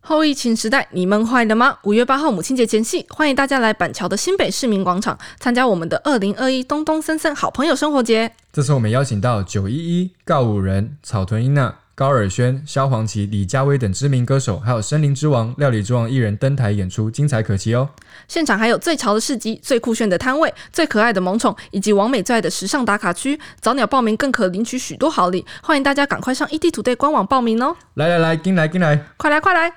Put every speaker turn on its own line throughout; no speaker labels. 后疫情时代，你们坏了吗？五月八号母亲节前夕，欢迎大家来板桥的新北市民广场参加我们的二零二一东东森森好朋友生活节。
这次我们邀请到九一一、告五人、草屯英娜、高尔宣、萧煌奇、李佳薇等知名歌手，还有森林之王、料理之王艺人登台演出，精彩可期哦！
现场还有最潮的市集、最酷炫的摊位、最可爱的萌宠，以及王美最爱的时尚打卡区。早鸟报名更可领取许多好礼，欢迎大家赶快上 ET 土队官网报名哦！
来来来，进来进来！
快来快来！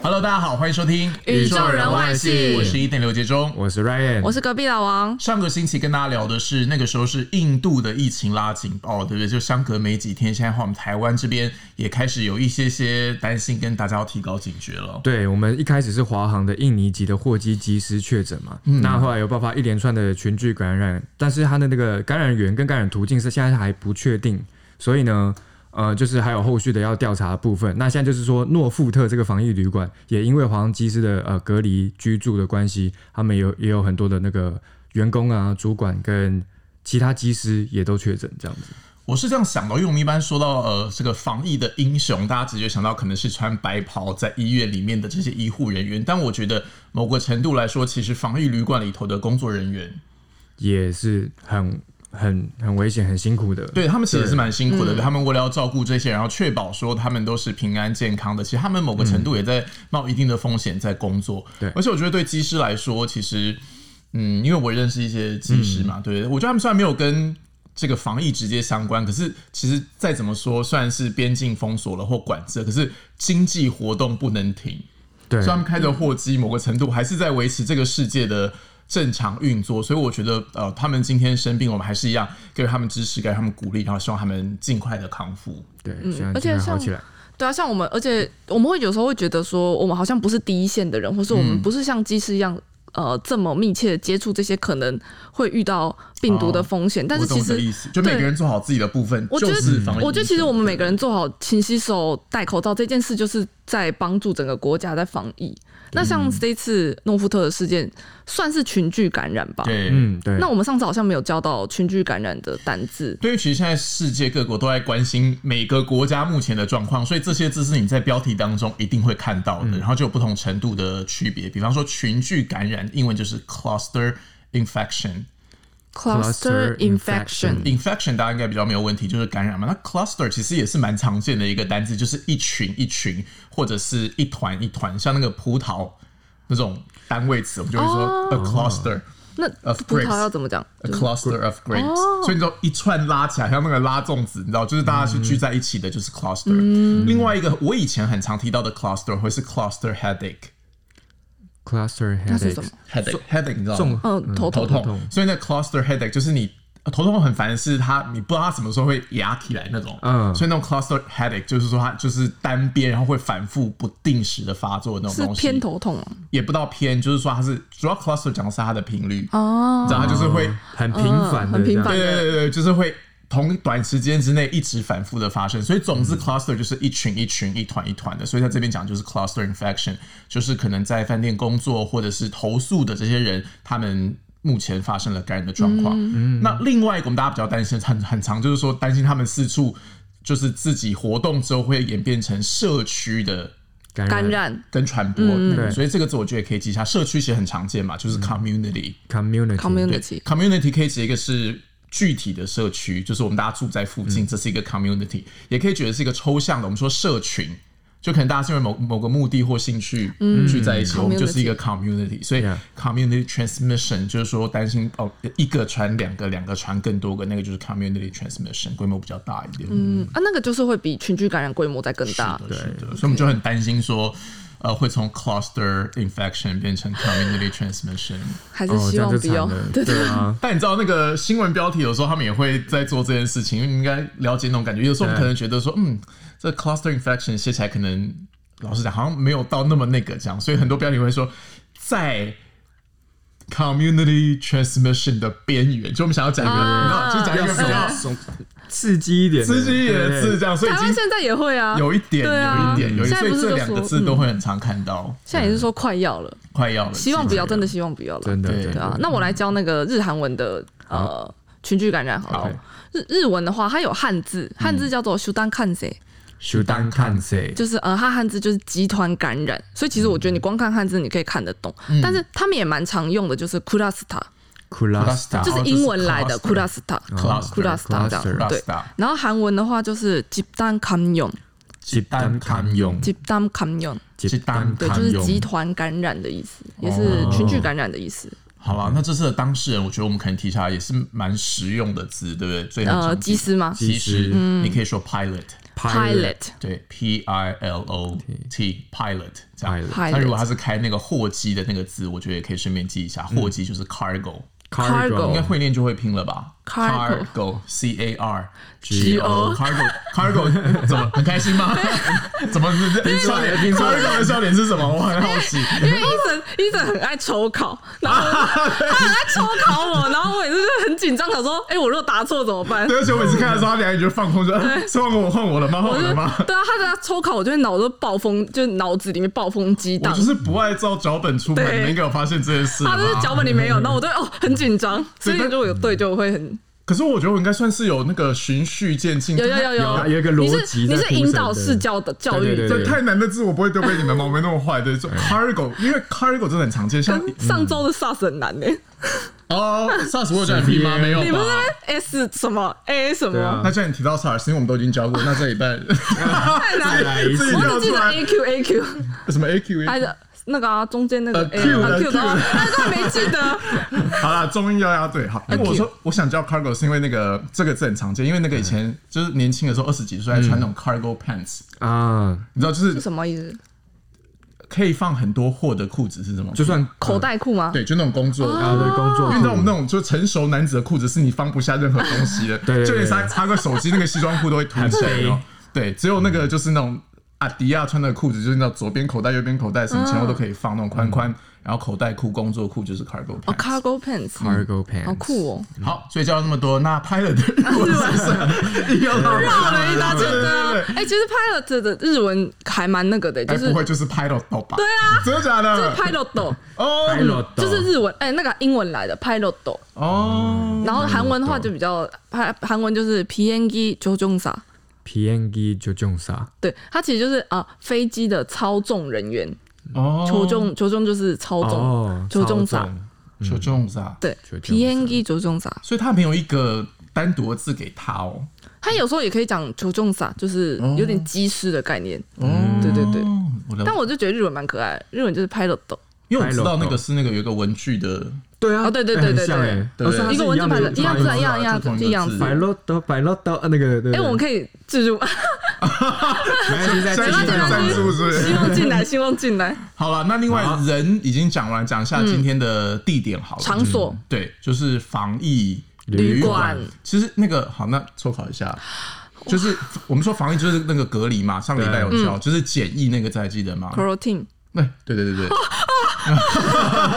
Hello，大家好，欢迎收听
宇宙人外事
我是一点刘杰忠。
我是 Ryan，
我是隔壁老王，
上个星期跟大家聊的是那个时候是印度的疫情拉警报，对不对？就相隔没几天，现在换我们台湾这边也开始有一些些担心，跟大家要提高警觉了。
对，我们一开始是华航的印尼籍的货机机师确诊嘛，那后来又爆发一连串的群聚感染，但是他的那个感染源跟感染途径是现在还不确定，所以呢。呃，就是还有后续的要调查的部分。那现在就是说，诺富特这个防疫旅馆也因为华航机师的呃隔离居住的关系，他们有也有很多的那个员工啊、主管跟其他机师也都确诊这样子。
我是这样想的，因为我们一般说到呃这个防疫的英雄，大家直觉想到可能是穿白袍在医院里面的这些医护人员，但我觉得某个程度来说，其实防疫旅馆里头的工作人员
也是很很很危险、很辛苦的。
对他们其实是蛮辛苦的，他们为了要照顾这些，然后确保说他们都是平安健康的，其实他们某个程度也在冒一定的风险在工作。
对
而且我觉得对机师来说，其实嗯，因为我认识一些技师
嗯
嘛，对我觉得他们虽然没有跟这个防疫直接相关，可是其实再怎么说，虽然是边境封锁了或管制了，可是经济活动不能停，
对
所以他们开的货机某个程度还是在维持这个世界的。正常运作，所以我觉得，呃，他们今天生病，我们还是一样给予他们支持，给予他们鼓励，然后希望他们尽快的康复。
对，
嗯
希望
而且
尽快
像
好起来。
对啊，像我们，而且我们会有时候会觉得说，我们好像不是第一线的人，或是我
嗯
们不是像技师一样，呃，这么密切地接触这些可能会遇到病毒的风险。但是
哦我
其
懂你的
实
意思，就每个人做好自己的部分，
我觉
就
得
是防疫。
我觉得其实我们每个人做好勤洗手、戴口罩这件事，就是在帮助整个国家在防疫。那
嗯
像这次诺富特的事件，算是群聚感染吧？
对，
嗯，对。
那我们上次好像没有教到群聚感染的单字，
对于其实现在世界各国都在关心每个国家目前的状况，所以这些字是你在标题当中一定会看到的，然后就有不同程度的区别。比方说群聚感染，英文就是 cluster infection。
Cluster
cluster
infection
infection。
infection 大家应该比较没有问题，就是感染嘛。那 cluster 其实也是蛮常见的一个单字，就是一群一群，或者是一团一团，像那个葡萄那种单位词，我们就会说 a cluster、
那
Of
葡
grapes
萄要怎么讲？
A cluster of grapes，、所以你知道一串拉起来，像那个拉粽子，你知道，就是大家是聚在一起的，就是 cluster。另外一个我以前很常提到的 cluster 会是 cluster headache。
cluster
它是什么
headache，？
headache headache 你知道
重
吗？
嗯，头
头
痛。
痛，所以那 cluster headache 就是你呃头痛很烦，是它你不知道它什么时候会压起来那种。
嗯
所以那种 cluster headache 就是说它就是单边，然后会反复不定时的发作的那种
是
东西。
偏头痛吗？啊
也不到偏，就是说它是主要 cluster 讲的是它的频率，
哦，
然后它就是会
很频繁
嗯
的
很
这
频
样，
繁
对对对对，就是会同短时间之内一直反复的发生。所以总之，cluster 就是一群一群、一团一团的。所以在这边讲就是 cluster infection，就是可能在饭店工作或者是投诉的这些人，他们。目前发生了感染的状况，那另外一个我们大家比较担心，很很常就是说担心他们四处就是自己活动之后会演变成社区的
感染
跟传播，
对
所以这个字我觉得也可以记一下。社区其实很常见嘛，就是 community，、
community，
对
community
community 可以指一个是具体的社区，就是我们大家住在附近，这是一个 community，也可以觉得是一个抽象的，我们说社群。就可能大家是因为某某个目的或兴趣聚在一起，我们就是一个 community，所以
Yeah
community transmission 就是说担心哦，一个传两个，两个传更多个，那个就是 community transmission，规模比较大一点。
嗯啊，那个就是会比群聚感染规模再更大。
对，所以我们就很担心说，呃，会从 cluster infection 变成 community transmission。
还是
哦，这
希
样
望
就
不
惨
要。
了，对啊，
但你知道那个新闻标题，有时候他们也会在做这件事情，因为你应该了解那种感觉。有时候我们
对
可能觉得说，嗯，这 cluster infection 写起来可能嗯老实讲好像没有到那么那个这样，所以很多标题会说在 community transmission 的边缘，就我们想要讲一个，
啊
那就讲一
要
个嗯比较
怂怂刺激一点的，
刺激一点的字，
对
这样，所以已
台湾
经
现在也会啊，
有一点，
对啊
有一点，有一
现在
所
不
以
是
这
就
两个
说
字
嗯
都会很常看到，
现在也是说快要了，
快要了，
希望不要，
其实
真的希望不要了。
真的
对
真
对啊，
的，
那我来教那个日韩文的呃群聚感染好了。
好
日日文的话，它有汉字，汉字叫做 s h u d a n k a n s e
修丹看谁？
就是呃，它汉字就是集团感染，所以其实我觉得你光看汉字你可以看得懂，但是他们也蛮常用的，就是 kurasta，
库拉斯达
就
哦就是
英文来的
cluster
kurasta。
cluster
kurasta 这
cluster
样
cluster
对，然后韩文的话就是集团感染，
集单看用，
集团感染，
集单
对，
看
就是
用，
集团感染的意思，也是
哦
群聚感染的意思。
好
嗯
了，那这次的当事人，我觉得我们可能提出来也是蛮实用的字，对不对？
嗯
最
呃，
机
机师嗯吗
机
其实嗯你可以说 pilot，
？pilot
对，P I L O T pilot 这样。
pilot
那如果
pilot
他是开那个货机的那个字，我觉得也可以顺便记一
嗯
下，货机就是 cargo，应该
cargo
会念就会拼了吧
Cargo
？cargo，c a r
G
O
cargo，cargo 怎么很开心 吗？怎么拼
出来了拼出来
cargo 的笑脸是什么？我很好 奇。
因为医生医生很爱抽考，然后他很爱抽考我，然后我也是很紧张，想说，哎、我如果答错怎么办？
对，而且我每次看的时候，他两眼就放空，说呃是换我换我了吗？换
我
我
就
了吗？
对啊，他在抽考，我就会脑子暴风，就脑子里面暴风激
我
荡
就。是不爱照脚本出门，
对
你们应该有发现这件事吧
他就是脚本里没有，然后我就会哦很紧张，所以
对但
如果有对就会很
可是我觉得我应该算是有那个循序渐进，
有有有
有有一个逻
你是
辑在
你
铺
是
陈
引导
的
式教的教育
对
对，太难的字我不会丢给你们吗？我没那么坏，对，就 cargo，因为 cargo 真的很常见，像
跟上周的 SARS 很难呢、
哦，SARS 我有叫你拼吗？没有
你不是
吧？
S 什么 A 什
对
么
啊，
那既然你提到 SARS，因为我们都已经 教过，那这一 半
太难了，
来一次
自己
我
跳
只记
出
得
来
A Q A Q，
什么 AQ
还有那个啊中间那个
呃
A
Q，
啊
呃
Q 的啊，但是他没记得。
好啦，中英要押对，好。因为我说我想叫 cargo 是因为那个这个字很常见，因为那个以前就是年轻的时候二十几岁还穿那种 cargo pants，
啊，
你知道就是
什么意思？
可以放很多货的裤子是什么？
就算
口袋裤吗？
对，就那种工
哦
作。
啊对工作
因为你知道我们那种就成熟男子的裤子是你放不下任何东西的，
对对对
就连插插个手机那个西装裤都会凸 起来
还
哦。对，只有那
嗯
个就是那种阿迪亚穿的裤子，就是那种左边口袋右边口袋什么前后都可以放那种宽
嗯
宽，然后口袋裤、工作裤就是 cargo
哦
pants。
，cargo pants，
cargo pants，
好酷哦！
好，所以教了那么多，那拍了的日文是不是 又绕
绕了一大圈，
对
对啊
对对。
哎，其实 pilot 的日文还蛮那个的，
哎，
就是
不会就是拍到到吧？对啊，真的假
就是
的？
pilot，
哦
pilot
就是日文，哎，那个英文来的 pilot。
哦，
然后韩文的话就比较，韩韩文就是 PNG 조종사，
PNG 就重啥
对，它其实就是啊飞机的操纵人员，
哦，
조종 조종就是操
哦
纵，，조종사，
球中是啊，
对
조종사
，PNG 조종사，
所以他没有一个单独的字给他哦。
它有时候也可以讲조종사，就是有点机师的概念。
哦
嗯对对对，
我了
但我就觉得日文蛮可爱的，日文就是 pilot。
因为我知道那个是那个有一个文具的，
对啊，
哦对对
哎
对
很
对
像
对
哎
对
哦所以它
一个
是
文字
样的
版的，一样字啊，一
一
样一
样的
样
就同一
字，
个
一样
字
字。
百洛多百洛多呃那个，对
哎，我们
以
可以自助，
现在进
现在进来
来
赞助是不
希
是？
望 进来，希望进来。
好了，那另外
好
人已经讲完，讲一下今天的地点好了。
嗯场所
对，就是防疫
旅馆
其实那个好，那抽考一下，就是我们说防疫就是那个隔离嘛，上个礼拜有
嗯
教，就是检疫那个，大家记得吗？
protein
对对 对对对。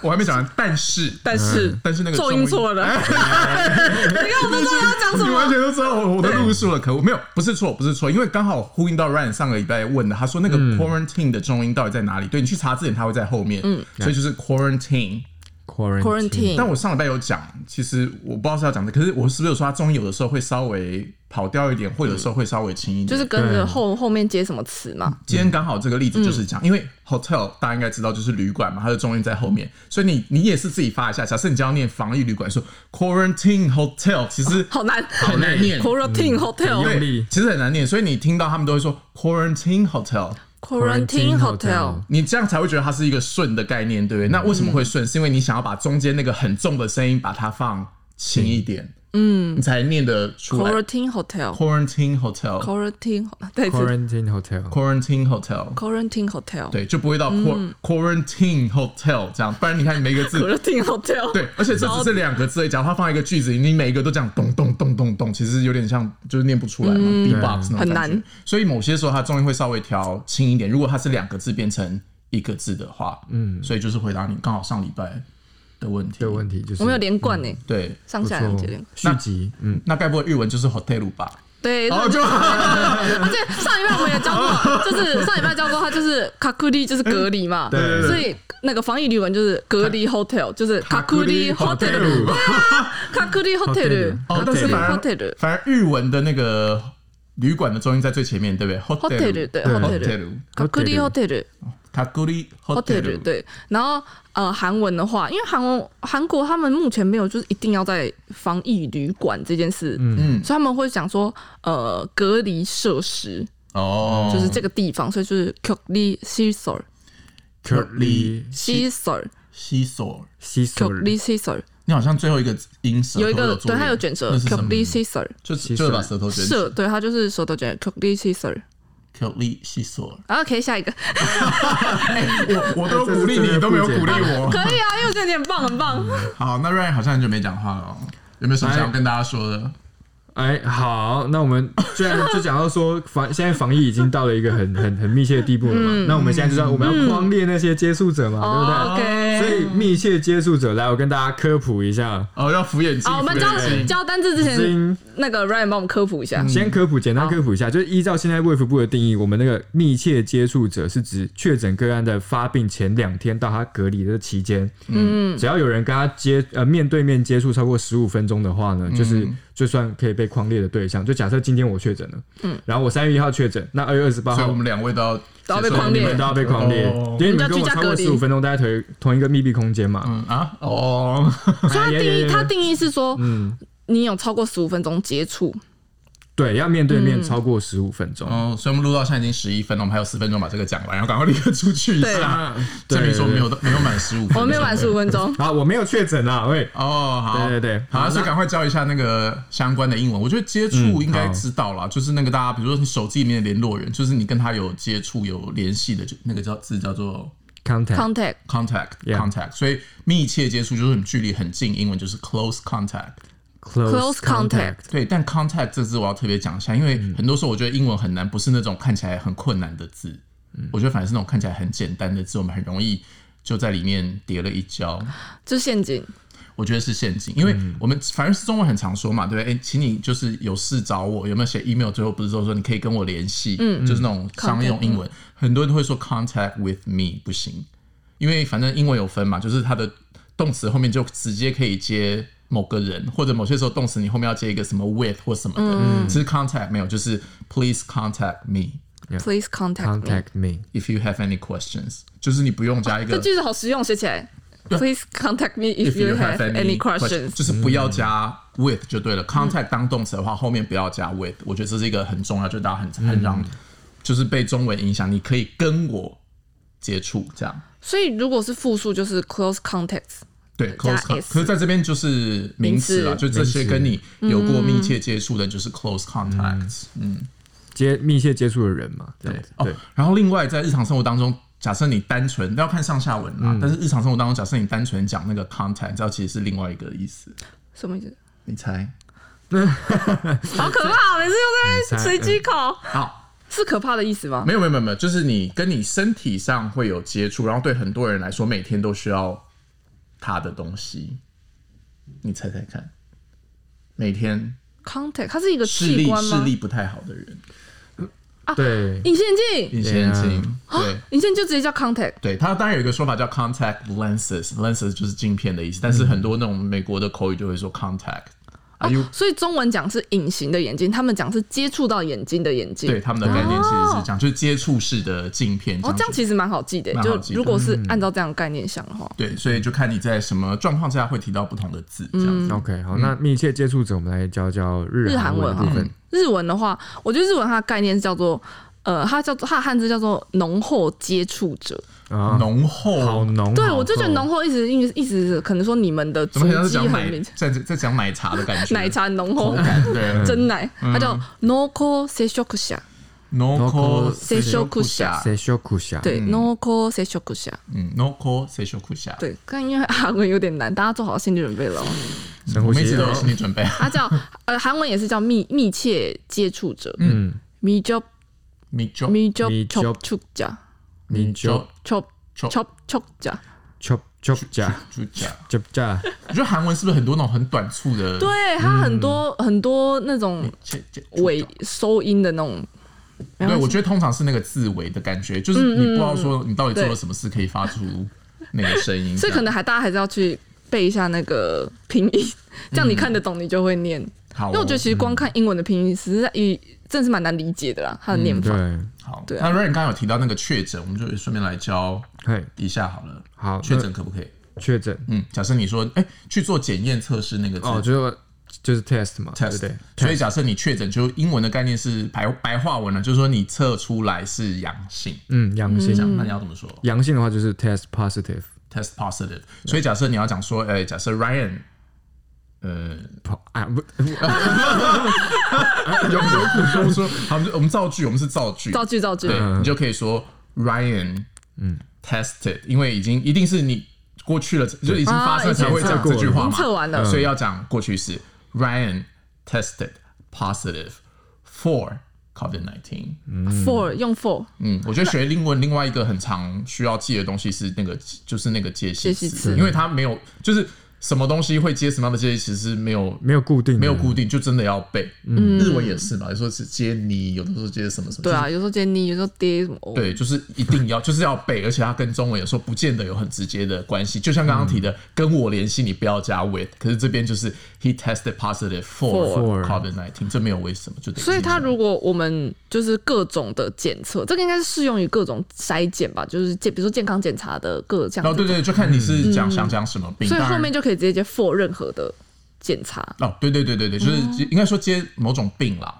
我还没讲完，但是
但是
嗯但是那个
重音错 了，你看我都知道要啊讲什
你完
么。
全都知道我我的路数了，可恶！没有，不是错，不是错，因为刚好呼应到 Ryan 上个礼拜问的，他说那个 quarantine 的重音到底在哪里？对你去查字典，它会在后面，所以就是 quarantine。
quarantine
但我上礼拜有讲，其实我不知道是要讲的，可是我是不是有说它重音有的时候会稍微跑掉一点，或有时候会稍微轻一点？
就是跟着后后面接什么词嘛，
今天刚好这个例子
嗯
就是讲，因为 hotel 大家应该知道就是旅馆嘛，它的重音在后面，所以你你也是自己发一下。假设你就要念防疫旅馆，说 quarantine hotel，其实
好难，
很难念。
quarantine hotel
用
对
力，
其实很难念，所以你听到他们都会说 quarantine hotel，
quarantine hotel
你这样才会觉得它是一个顺的概念，对不对？那为什么会顺？是因为你想要把中间那个很重的声音把它放轻一点，嗯，你才念得出来。
quarantine hotel
quarantine hotel
quarantine 对
quarantine hotel
quarantine hotel，
quarantine hotel
对，就不会到 quar quarantine hotel 这样，不然你看每一个字。
quarantine hotel
对，而且这只是两个字而已，假如它放一个句子，你每一个都这样咚咚咚咚咚，其实有点像就是念不出来嘛、b b o x 那种
嗯很
感觉
难。
所以某些时候它重音会稍微调轻一点。如果它是两个字变成一个字的话，
嗯，
所以就是回答你刚好上礼拜的问题。
这个问题就是
我们有连贯呢、
对，
上下
그렇죠.
两节连贯。
续集，嗯，
那该不会日文就是 hotel 吧？
对，
然
那
后就
而且上礼拜我们也教过，就是上礼拜教过他就是卡库利就是隔离嘛，
对对对
所以那个防疫旅馆就是隔离 hotel，就是卡库利 hotel，卡库利 hotel，
哦，但是反而
hotel
反而日文的那个旅馆的重音在最前面，对不对
hotel 对 hotel，
？hotel，hotel，
卡库利 hotel
塔古里
hotel
hotel，
哦对，然后呃韩文的话，因为韩文韩国他们目前没有就是一定要在防疫旅馆这件事，
嗯，
所以他们会讲说呃隔离设施
哦，
就是这个地方，所以就是 k o l i s i s o r
curly
s i s o r
西索，
西
k
索
o l i s i s o r
你好像最后一个音舌
有一
头
个
注
对，
音
它有卷舌
那是
k
什
o
么
l？i s i s o r
就
吸
就是啊
水
把舌头卷起
是，对，它就是舌头卷 k o l i s i s o r
来。鼓励西索，
然后可以下一个，
我我都鼓励你，都没有鼓励我
可。以啊，因为我觉得你很棒，很棒。
好，那 Ryan 好像很久没讲话了哦，有没有什么想要跟大家说的？
哎，好，那我们居然就讲到说 防，现在防疫已经到了一个很 很很密切的地步了嘛。那我们现在就知道我们要框列那些接触者嘛，
嗯哦
对不对？所
OK，
以密切接触者，来，我跟大家科普一下。
哦，要扶眼镜。
好，我们
扶
教
眼镜
教单字之前，
先
那个 Ryan 帮我们科普一下。
嗯
先科普，简单科普一下，就是依照现在卫福部的定义，我们那个密切接触者是指确诊个案的发病前两天到他隔离的期间，嗯，只要有人跟他接呃面对面接触超过十五分钟的话呢，
嗯
就是就算可以被框列的对象。就假设今天我确诊了，嗯，然后我三月一号确诊，那二月二十八
所以
号
我们两位都要
都要被
接受
框
你
列
们都要被框列
哦，
因为你
人家
们跟
居
我
家
超
隔
过
离
十五分钟待在同同一个密闭空间嘛，
嗯啊哦，
所以它
哎呀
定
呀
义，
呀
它定义是说，
嗯，
你有超过十五分钟接触，
嗯
对，要面对面超过十五分钟。
哦，所以我们录到现在已经十一分了，我们还有四分钟把这个讲完，然后赶快立刻出去一下，
啊对
证明说
对
没
对
有没有满十五分
我
钟。
们没有满十五分
嗯
钟。
啊，我没有确诊啊，喂，
哦，好，
对对对
好，
好
所以赶快教一下那嗯个相关的英文。我觉得接触应该知道啦，就是那个大家，比如说你手机里面的联络人，就是你跟他有接触、有联系的，就那个叫字叫做
contact
Contact
contact
Yeah
contact。所以密切接触就是你距离很近，英文就是 close contact。
close contact，
对，但 contact 这字我要特别讲一下，因为很多时候我觉得英文很难，不是那种看起来很困难的字，我觉得反而是那种看起来很简单的字，我们很容易就在里面跌了一跤。
就是陷阱，
我觉得是陷阱，因为我们反正是中文很常说嘛，对不对？哎、请你就是有事找我，有没有写 email？最后不是说说你可以跟我联系，嗯，就是那种商用英文，很多人都会说 contact with me 不行，因为反正英文有分嘛，就是它的动词后面就直接可以接某个人，或者某些时候动词你后面要接一个什么 with 或什么的，嗯其实 contact 没有，就是 please contact me
Please contact me。
contact me，
if you have any questions，就是你啊不用加一个
这句子好实用，写起来。Please contact me if
If
you
you
have
have
any
any
questions。嗯
就是不要加 with 就对了。Contact 当动词的话，后面不要加 with。我觉得这是一个很重要，就大家很很让，就是被中文影响，你可以跟我接触这样。
所以如果是复数，就是 close contacts。
对
加
，close contact。
s
可是在这边就是名词啦，
名
就这些跟你有过密切接触的，就是 close contact。嗯，
接密切接触的人嘛，这
对
样子。
哦
对，。
然后另外在日常生活当中。假设你单纯要看上下文啦，但是日常生活当中，假设你单纯讲那个 contact，你知道其实是另外一个意思。
什么意思？
你猜？
好可怕！每次用在那边随机考，
好，
是可怕的意思吗？
嗯啊没有没有没有没有，就是你跟你身体上会有接触，然后对很多人来说，每天都需要他的东西。你猜猜看，每天
contact，它是一个
视
器
力
官
视
吗？
力不太好的人，
对，
隐形眼镜，
隐形眼
Yeah
镜，对
隐形眼镜就直接叫 contact。
对，它当然有一个说法叫 contact lenses，lenses 就是镜片的意思，但是很多那种美国的口语就会说 contact。Are you
哦所以中文讲是隐形的眼睛，他们讲是接触到眼睛的眼睛。
对他们的概念其实是这样，就是接触式的镜片。
哦，这
这
样
样子
其实蛮好记的。
蛮好
就
记的嗯
如果是按照这样的概念想的话，
对，所以就看你在什么状况下会提到不同的字，这样子。
OK，好，那密切接触者，我们来教教日
日
韩
韩
文
文
的部
哈
分。，
日文的话，我觉得日文它的概念是叫做，呃，它叫做它的汉字叫做浓厚接触者。
嗯
嗯
啊，
浓厚
好浓，
对，
好
我就觉得
厚
浓厚一直意思意思是可能说你们的
怎
足
么好像是
迹
讲
很
奶
明显，，
在在讲奶茶的感觉，
奶茶浓
口
厚
感嗯对。
真奶，它叫 noko s e s h o k u s h a
Noko
Noko seishokusha，
谁修苦下？
对 noko s e s h o k u s h a
嗯，Noko seishokusha，
对，但因为韩文有点难，大家做好心理准备了哦。
深
我
呼
们一
吸
直都有
哦。
心理准备。
它叫 呃韩文也是叫密密切接触者，
嗯，
密切
Mijo
密切
密切
接触者
你就
接 chop chop 夹，
chop chop 加
就这样。
chop 加，
我觉得韩文是不是很多那种很短促的？嗯
对，它很多很多那种
切，切
尾
嗯
收音的那种。没
对，
关系
我觉得通常是那个字尾的感觉，就是你不知道
嗯
说你到底做了什么事可以发出那个声音，
所以可
这样
能还大家还是要去背一下那个拼音，这样你看得懂，你就会念。
嗯好哦，
因为我觉得其实光看英文的拼音，实在语真的是蛮难理解的啦，它的念法。
对，
好。哦
对啊
那 Ryan 刚刚有提到那个确诊，我们就顺便来教
嘿，
一下好了。
好，
确诊可不可以？
那确诊
嗯，假设你说，哎、去做检验测试那个字、
哦，就是就是 test 嘛，对不
test，
对？
所以假设你确诊，就英文的概念是白白话文了，就是说你测出来是阳性，
嗯，阳
这样
性，
那你要怎么说
阳性的话就是 test positive
？test positive。所以假设你要讲说，哎、假设 Ryan，呃，
po- 啊，不，
有有说说，好，我们就我们造句，我们是造句，
造句嗯造句，
对嗯你就可以说 Ryan，嗯，tested，因为已经一定是你过去了，就已经发生
啊
了才会
已经
讲这句话
已
嘛，嗯
经测完了
所以要讲过去式。Ryan tested positive for COVID nineteen。
for 用 for
嗯，我觉得学英文另外一个很常需要记的东西是那个，就是那个介系
介系词
因为它没有，就是什么东西会接什么样的介系词是没有
没有固定的，
没有固定，就真的要背。嗯，日文也是嘛，有时候是接你，有的时候接什么什么。
对啊，有时候接你，有时候跌什么哦。
对，就是一定要，就是要背，而且它跟中文有时候不见得有很直接的关系。就像刚刚提的，跟我联系你不要加 with，可是这边就是 he tested positive for
For
COVID nineteen，这没有为什么，就得
所以它
他
如果我们就是各种的检测，这个应该是适用于各种筛检吧，就是健，比如说健康检查的各项。
哦对对，对就看你是讲想讲什么病，
嗯所以
当然
后面就可以直接接 for 任何的检查。
哦，对对对对对，就是应该说接某种病啦，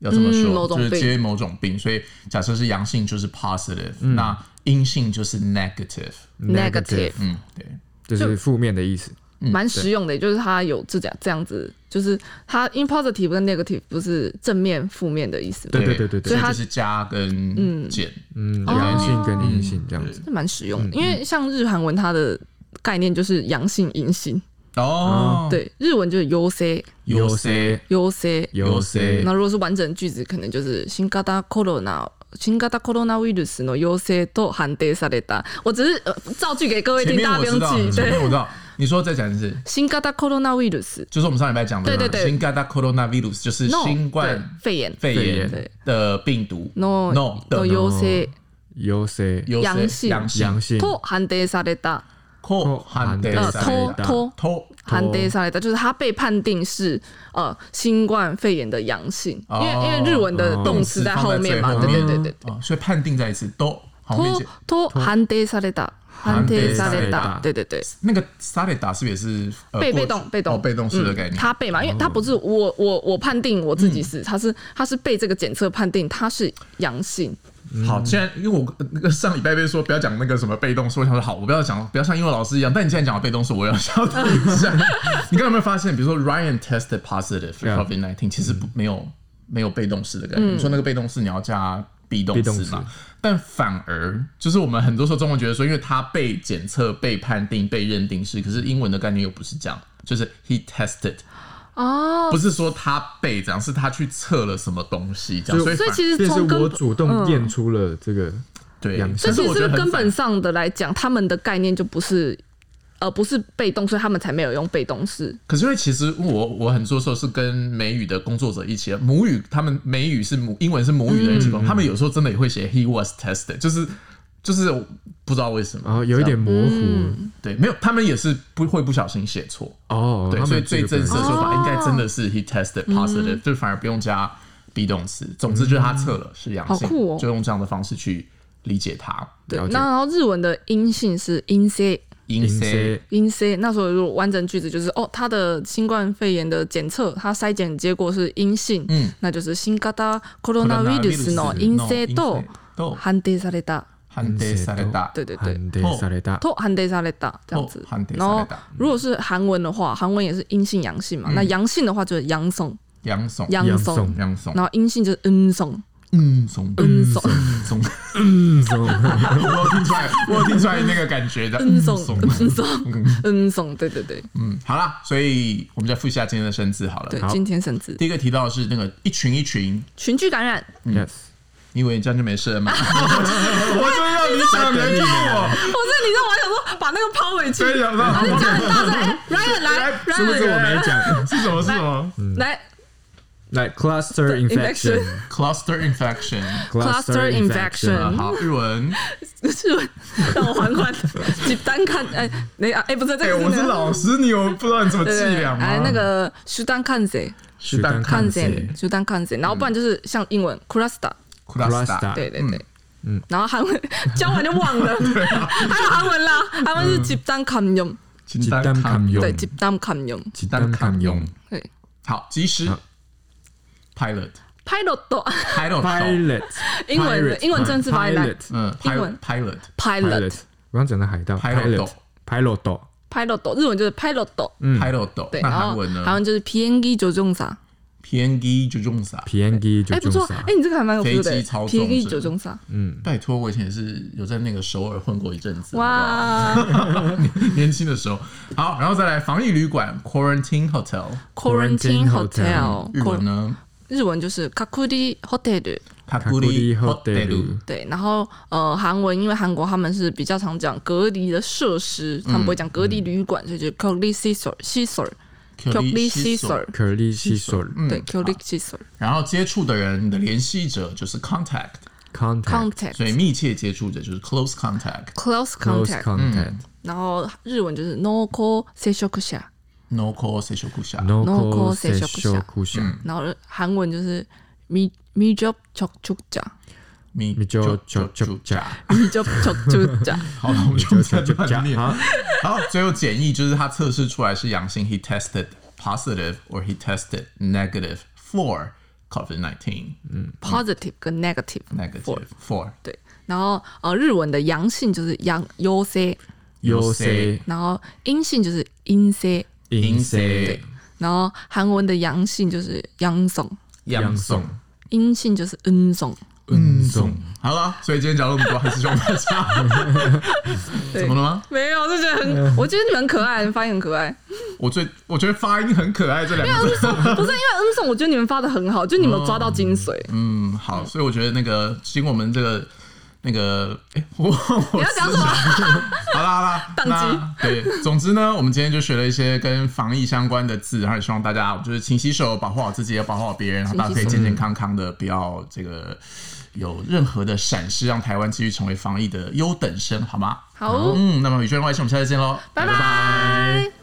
要这么说，
哦嗯某种
就
病
是接某种病。所以假设是阳性就是 positive，、那
嗯
阴性就是 negative。
negative
嗯，对，
就是负面的意思。
蛮实用的，就是它有这样这样子，就是它因为 positive 跟 negative 不是正面负面的意思吗，
对对对对
所以
所以它
就是加跟减。
嗯，阳性跟阴性这样子。
这蛮实
嗯
用的。因为像日韩文它的概念就是阳性阴性，
嗯
哦，
对，日文就是 U C
有谁
U C，
有谁
嗯那如果是完整的句子，可能就是新型コロナ。新型コロナウイルスの陽性と判定された。我只是、呃、造句给各位
前
听，
面
大家
我
不
知
用
道，
记。
前面我
对，
知道。你说再讲一次，
新型コロナウイルス
就是我们上礼拜讲的
对对对
新型 coronavirus，就是
no
新
对
冠
肺炎
肺炎
对
的病毒。
の
no 的
の陽性
有谁
有谁
阳性
阳性
阳性？
と判定された。
co 含的
呃，偷
判定された
偷
偷
判定上来的，就是他被判定是呃新冠肺炎的阳性，因
哦
为因为日文的动词在后面嘛，
动词
对
放在哦
对
最
对对。
哦，所以判定再一次都后面
と
写
と判定された，判定された
判定された，
对对对，
那个 s a r i d a 是不是也是、呃、
被
过
被
去
动被
哦
动
被动式的概
嗯
念？哦嗯
他被嘛，因为他不是我我我判定我自己是，他是他是被这个检测判定他是阳性，
嗯
好，既然因为我呃那个上礼拜被说不要讲那个什么被动式，我想说好，我不要讲，不要像英文老师一样。但你既然讲到被动式，我要想到一下。 你刚刚有没有发现，比如 说 Ryan tested positive for
Yeah 嗯
COVID nineteen，其实不没有没有被动式的概
嗯
念。你说那个被动式，你要加。be 动
被动
词
式
嘛，但反而就是我们很多时候中文觉得说，因为他被检测、被判定、被认定是，可是英文的概念又不是这样，就是 he tested，
哦，
不是说他被这样，是他去测了什么东西这样，
就
所以
所以
反
其实
便是
从根
我主动验出了这个，
对
两，
所
但
以
是
其
我
实
觉
这
得
个
很
根
反
本上的来讲，他们的概念就不是呃不是被动，所以他们才没有用被动式，
可是因为其实我我很多时候是跟美语的工作者一起，母语他们美语是母英文是母语的人一起工作，他们有时候真的也会写 he was tested，就是就是不知道为什么，
然后有一点模糊
对，没有，他们也是不会不小心写错，
嗯哦。
对，
他
所以
们
最
这
正
个
式的说法应该真的是 he tested positive，、就反而不用加 be 动词，总之就是他测了是阳
好
性，
酷哦
就用这样的方式去理解它。
对
了，解
那然后日文的阴性是阴性。
阴
阴 C
阴 C，那所以如果完整句子就是哦，他的新冠肺炎的检测，他筛检结果是阴性，
嗯，
那就是新型コロナウイルスの陰性と
都
判定された，
判定された。
对对对，
对
哦
萨雷达
と判定された这样子
と哦判定。された嗯
然后如果是韩文的话，韩文也是阴性阳性嘛，那阳性的话就是阳松
杨松，
阳
阳
松
松，
杨松，
然后阴性就是嗯松
嗯松，
嗯松
嗯松。
嗯，什么
我有听出来，我有听出来那个感觉的。
嗯松嗯松嗯松，对对对
嗯，好啦，所以我们再复习一下今天的生字好了。
对，今天甚至
第一个提到的是那个一群一群，
群聚感染，
？Yes，
你以为你这样就没事了吗？我就要到你怎么能救我？
不是，你知道我还想说把那个抛回去，
所以想说
然后就叫很大声，哎，Ryan 来
是不是我没
，Ryan
讲？
是什么？是什么
来
来 cluster infection。
？Cluster infection，
Cluster infection
啊好，
日文。
来，是让我缓缓几单看，哎，那啊，哎，不是这
哎，
个，
我是老师，你有不知道你怎么
对对
计
对，
量
哎
吗？，
那个苏丹看谁？
是单
看
看
谁
谁？？
苏丹看谁？然后不然就是像英文 cluster，
cluster，
对对对。
嗯
然后韩文教完就忘了，还有韩文啦，韩文是集单看用，
简
鸡
单
蛋
看
堪用
对，，集单看用，
鸡蛋堪用
对
好，及时
好
pilot
，pilot，
pilot
，pilot，
英文的
Pirate，
英文真的是 pilot，
pilot，
嗯
英文
，pilot pilot
pilot，
我刚讲的海盗
Pilot
，pilot，pilot，
pilot，日文就是 pilot，
嗯
pilot，
对，
那
然
韩
后
文呢？
韩文就是 PNG 조종사，
PNG 就用啥？
p n g 就
哎，不
中
错，
啥
哎，？你这个还蛮有 feel 的
飞机操纵
，PNG
者
조종사，
嗯，
拜托，我以前也是有在那个首尔混过一阵子，哇，
哇
年轻的时候。好，然后再来防疫旅馆 quarantine hotel，
，quarantine
Quarantine
hotel，
日文呢？
日文就是隔離 hotel，
卡
卡库里 hotel，
对，然后呃，韩文因为韩国他们是比较常讲隔离的设施，他们不会讲隔离旅
嗯
馆，所以就隔离시설，시설，隔离시설，
可丽西索
嗯
对，隔离시설
然后接触的人，你的联系者就是 contact，
，contact，close
，contact
所以密切接触者就是 close contact。
close contact，
contact，no
然后日文就是 no call 接触者，
No call s e c i a l c l
call
call
social
social
cushion，
然后韩文就是미미접접촉자，
密
你就就就加，
미접접촉자，
好了，我们就
就
在
就
这
就
里
加
念。
好。
好，最后简易就是他测试出来是阳性，he tested positive or he tested negative for COVID nineteen
positive 跟 negative， for
negative for
对，然后呃，日文的阳性就是阳陽性，
有谁
然后阴性就是阴性。
阴谁
然后韩文的阳性就是阳送，
阳
送
送。
阴性就是恩送。
嗯送
好了，所以今天讲了那么多，还是希望大家
对
怎么了吗？
没有，我就觉得很，我觉得你们很可爱，你们发音很可爱。
我最我觉得发音很可爱这两个字。
不是因为恩送，我觉得你们发的很好，就你们有抓到精髓。
嗯，好，所以我觉得那个经过我们这个那个，哎、 我我
你要讲什么？
好啦好啦，
宕
那对，总之呢，我们今天就学了一些跟防疫相关的字，然后也希望大家就是勤洗手，保护好自己，也保护好别人，然后大家可以健健康康的，不要这个有任何的闪失，让台湾继续成为防疫的优等生，好吗？
好，
嗯，那么宇宙人外星，我们下次见喽，
拜拜